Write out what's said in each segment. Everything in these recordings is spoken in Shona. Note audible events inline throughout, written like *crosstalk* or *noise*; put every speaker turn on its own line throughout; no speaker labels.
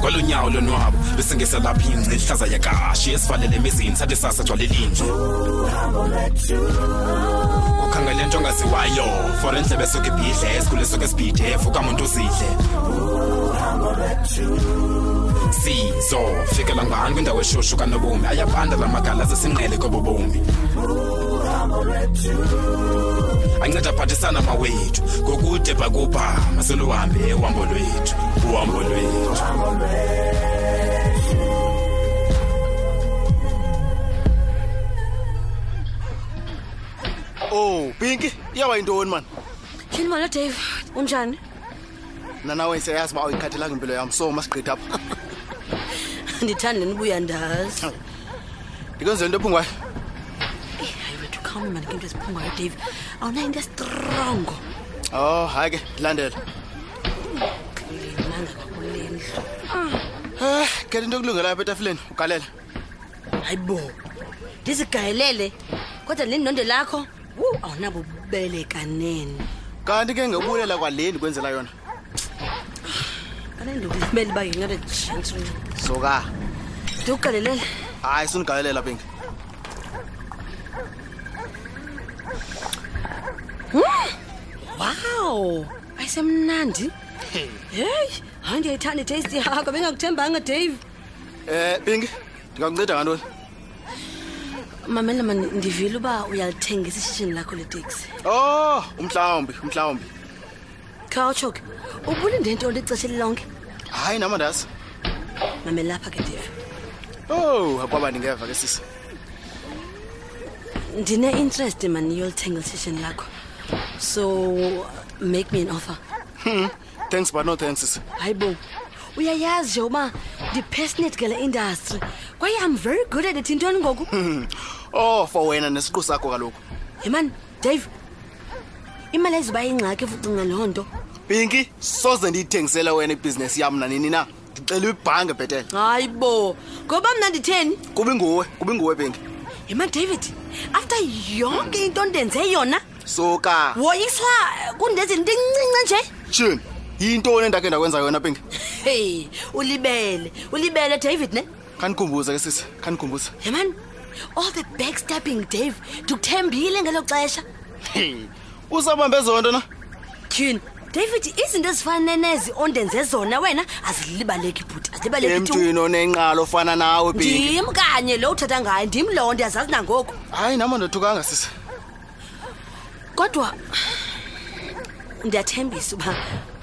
kwalonyawo lonwabo besingesa lapha ingci ihlaza yakashi esivalele emizini sathi sasa gcwale linje ukhangele nto ongaziwayo for endlebe esuke ibhidle esikhule esuke esibhidef ukamuntu uzidle sizo fikela ngani kwindawo eshushu kanobomi ayabanda la magala zesinqele kobobomi anceda aphathisana mawethu ngokude bhakubha maseluhambe uhambo lwethu uhambo lwethu
ow pinki iyawayintoni mani
yini molo dave unjani *laughs*
nanawe siyayazi uba awuyikhathelanga impilo yam so masigqithe apha
ndithanda nibuya ndazi
ndikwenzela into ephungwayo
Eh, hayi wethu khawume mandike into eziphungayo dave awunayo into estrongo
oh hayi ke ndilandela
lemanga kakule ndlu
um khetha into ekulungelayo apha etafileni ugalele
hayi bo ndizigayelele kodwa lendinondo lakho wu awunabo ububele kanene
kanti ke ngebulela kwale ndikwenzela yona
kale ndikubele uba yinqele jintsu
soka
ndikugalelele
hayi sundigalelela pinki
wow ayisemnandi heyi hayi ndiyayithanda itesti yakho bengakuthembanga dave
um pinki ndingakunceda ngantoni
mamela mani ndivile uba uyalithengisa ishishini lakho leteksi
oh umhlawumbi umhlawumbi
khawutsho ke ubulinde nto lixesha elilonke
hayi nam andazi
mamela apha ke dave
ow Oh, akwaba ndingeva ke sisi
ndine-interest mani yolithenga elishishini lakho so make me an offer
Hmm, thanks but no thanks sisi
hayi bo uyayazi nje uba ndipersonate ngale industry kwaye i'm very good at it intoni ngoku
oh for wena nesiqu sakho kaloku
yemani dave imali eziba yingxaki efucinga loo nto
pinki soze ndiyithengisele wena ibhizinesi yam nanini na ndicela ibhange bhetele
hayi bo ngoba mna nditheni
kubi nguwe kubi nguwe pinki
yemani david after yonke into ndenze yona
suka
woyiswa kundenzela into encinci nje
tshini yintoni endakhe ndakwenza yona pinki
heyi ulibele ulibele david ne
khandikhumbuze ke sisi khandikhumbuze
yemani all the backstabbing dave ndikuthembile ngelo xesha
Hey, usabambe zonto na
tyhini david izinto ezifana nezi ondenze zona wena azilibaleki bhuti azilibaleki tu
emntwini onenqalo ofana nawe pinki
ndim kanye lo uthetha ngayo ndim loo ndiyazazi nangoku
hayi nam andothukanga sisi
kodwa ndiyathembisa uba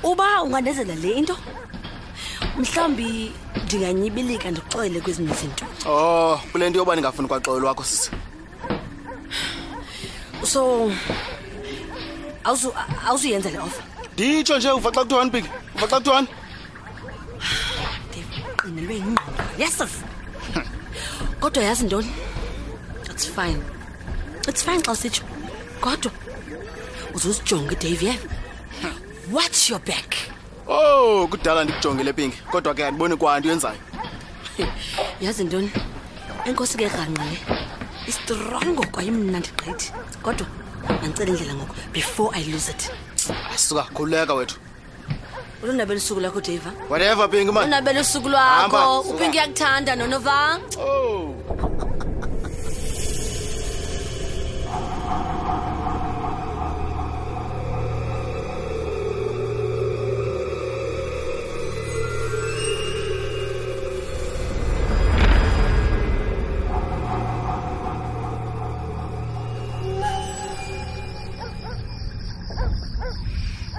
uba ungandenzela le into mhlawumbi ndinganyibilika ndixele kwezinye izinto
oh kule nto yoba ndingafuni kwaxolo lwakho sisi
so awuzu- awuzuyenza le offer
nditsho nje uva xa kuthiwani pinki uva xa kuthiwani
ndiqinelwe yingqondo yeses kodwa yazi ntoni it's fine it's fine xa usitsho kodwa uzuzijonge idave yev watch your back
ow Oh, kudala ndikujongile pinki kodwa ke andiboni kwanto yenzayo
yazi ntoni enkosi ke eh? rhanqele istrongo kwayimnandi gqithi kodwa mandicela indlela ngoku before i lose it
suka khululeka wethu
ulonabela usuku lwakho dave
whatever pinki mani
ulonabela usuku
Hamba,
lwakho
suka.
upinki yakuthanda nonova
oh.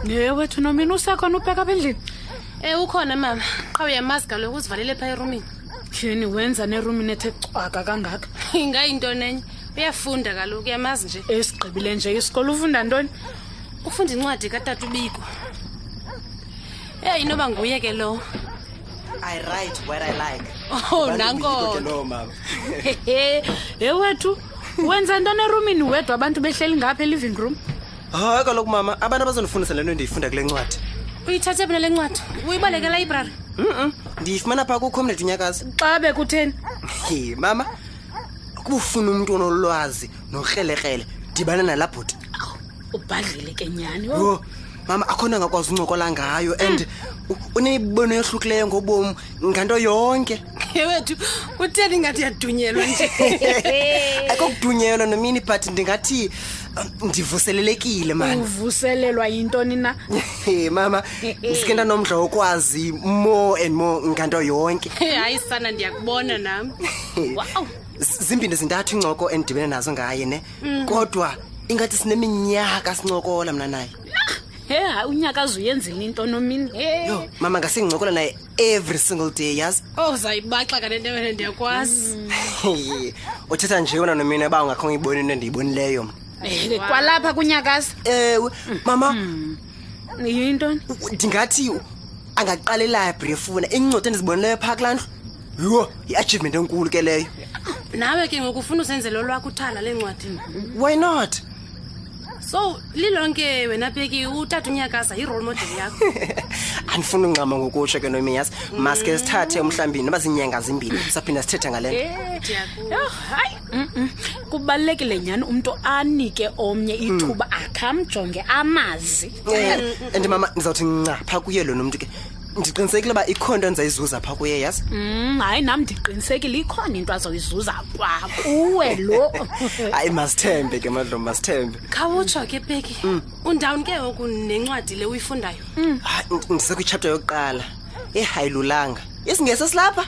ye wethu nomina usekhona ubheka apha endlini
Eh ukhona mama. Qha uyamazi kaloku uzivalele phaa erumini.
tyhini wenza nerumini ethe cwaka kangaka
*laughs* Ingayinto nenye. Uyafunda kaloku uyamazi nje.
esigqibile Eh, nje isikolo ufunda ntoni
Ufunda incwadi katata ubiko. Eh inoba nguye ke lo.
I write what I like.
Oh nanko.
hehe ye wethu wenza ntoni erumini wedwa abantu behleli ngapha eliving room
hayi kaloku mama abantu abazondifundisa le nto ndiyifunda kule ncwadi
Uyithathe phela le ncwadi. Uyibaleke la library.
mm ndiyifumana phaa kucomrade unyakazi
xa bekutheni
Hey, mama ukuba ufuna umntu onolwazi nokrelekrele dibana nalaa bhuti
ubhadlile ke nyani
yho mama akhona angakwazi uncokola ngayo and u- unemibono yohlukileyo ngobomi nganto yonke
yewethu utheni ngathi yadunyelwa nje
Eh. akokudunyelwa nomini but ndingathi um, ndivuselelekile mani
*laughs* uvuselelwa yintoni na
Mm. Hey, mama ndisuke ndanomdla wokwazi more and more nganto yonke
hayi sana ndiyakubona nam wow
Z- zimbini zintathu iincoko endidibene nazo ngaye ne
Mm.
kodwa ingathi sineminyaka sincokola mna naye
he hayi unyakazi uyenzile into nomini he
yho mama ngasingincokola naye every single day yazi
Oh, owuzayibaxa kanento wena ndiyakwazi
Mm.
*laughs* Hey, uthetha nje yona nomina uba ungakho ngiyiboni into endiyibonileyo mna
Mm,
Eh, kwalapha kunyakazi
ewe mama
Mm, yintoni
u- ndingathi u- angaqala ilibrary efuna iincodo endizibonileyo phaa kulaa ndlu yho yi-achievement enkulu ke leyo
nawe ke ngoku ufuna usenzele olwakho uthala leencwadini
why not
so lilonke wena peki utata unyakaza yi-role model yakho
*laughs* andifuni uncama ngokutsho ke nomina yazi maske sithathe mhlawumbi noba ziinyanga zimbini saphinda sithethe ngale nto
Yho, hayi mm, mm. kubalulekile nyhani umntu anike omnye ithuba akhamjonge amazi
Eh, and mama ndizawuthi nca phaa kuye lo nomntu ke ndiqinisekile uba ikho nto endizayizuza phaa kuye yazi
Mm, hayi nam ndiqinisekile ikhona into azoyizuza kwakuwe lo
*laughs* hayi masithembe ke madlom masithembe Mm.
khawutsho ke peki undawuni ke ngoku nencwadi le uyifundayo
Hayi, ndi- ndisekwitshapta yokuqala ehayilulanga isingesi silapha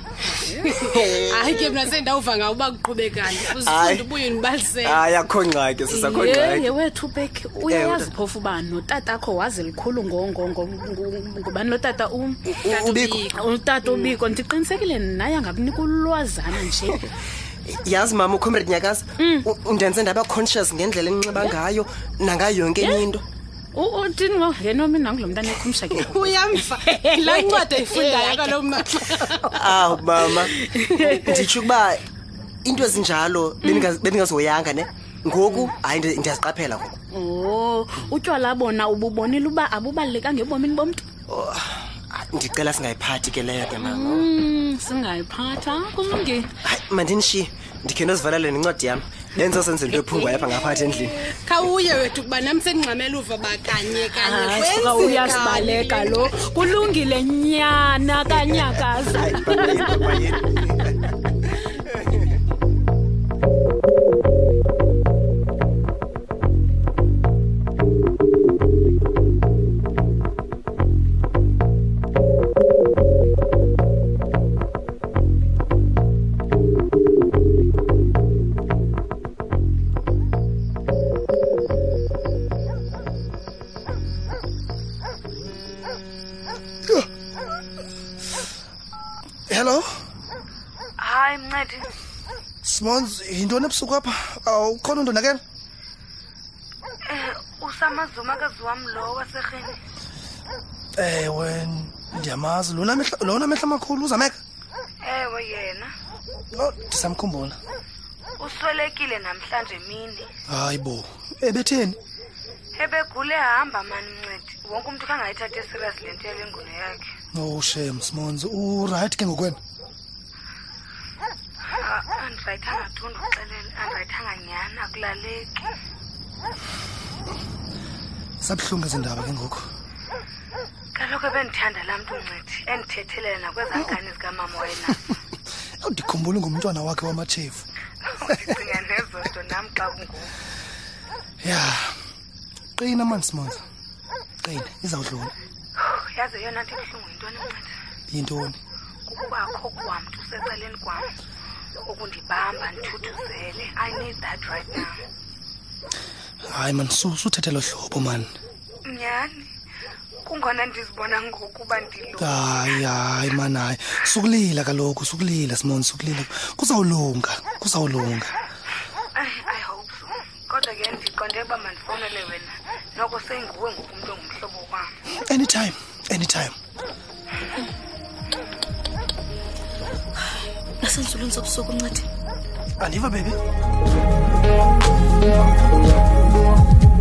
hayi ke mna sendawuva ngawo uba kuqhubekani
Hayi.
uzifunda ubuye ndibalisele
hayi akho ngxaki sisakho
Ye-
ngxaki
yewethu bek
Eh,
uyayazi phofu uba notatakho wazi likhulu ngo- ngo- ngo- ngo- ngubani lotata um
U- ubikho
utata ubiko ndiqinisekile naye angakunika ulwazana nje
yazi mama ucomrade nyakaza
Mm.
u- undenze ndaba conscious ngendlela enxeba ngayo nangayo yonke enye into
U- uthini ngogenomini nangulo mntana ekhumsha ke
*laughs*
uyamva laa ncwadi ayifundayo kalo mna
aw mama nditsho ukuba into ezinjalo
Mm.
beninga- bendingazihoyanga ne ngoku hayi ndi- ndiyaziqaphela ngoku
o utywala bona ububonile uba abubalulekanga ebomini bomntu
Oh, hayi, ndicela singayiphathi ke leyo ke mama
Mm, singayiphatha kulungile
hayi mandindishiye ndikhe nozivalaleni incwadi yam bendizosenza into ephungwayo apha
*laughs*
ngaphathi endlini
khawuye wethu kuba nam sendingxamela uva uba kanye kanye
Hayi,
kwenzekani.
suka uyasibaleka lo kulungile nyana kanyakaza
hello
hayi mncedi
smons yintoni ebusuku apha awukhona undonakela
usamazumakazi wam lo waserheni
ewe ndiyamazi lona mehla- lona mehla amakhulu uzameka
ewe yena
no ndisamkhumbula
uswelekile namhlanje mini
hayi bo ebetheni
ebegule hamba mani mncedi wonke umntu kangayithathi esiriyasi le nto yale ngulo yakhe
no shem smons urayithi ke ngokwena
Ah, andirayithanga tu ndikuxelele andirayithanga nyhani akulaleki
zabuhlungu ezi ndaba ke ngoku
kaloku ebendithanda laa mntu mncedi endithethelela nakwezaa nkani zikamama
*laughs*
wayenazo
Yho, ndikhumbule ngumntwana wakhe wamatshefu
*laughs* ndicinga nezo nto nam xa kungoku
ya qina mani smons qina izawudlula
yazi eyona nto ibuhlungu yintoni mncedi
yintoni
kubakho kwamntu usecaleni kwam ukundibamba ndithuthuzele i need that right now
hayi mani su- suthethe lo hlobo mani
nyhani kungona ndizibona ngokuba ndilo
hayi hayi mani hayi sukulila kaloku sukulila smons sukulila kuzawulunga kuzawulunga
I- i hope so kodwa ke ndiqonde uba mandifowunele wena noko seyinguwe ngoku umntu ongumhlobo wam
anytime anytime
nasentsulwini sobusuku mncedi
andiva bebi
Hayi,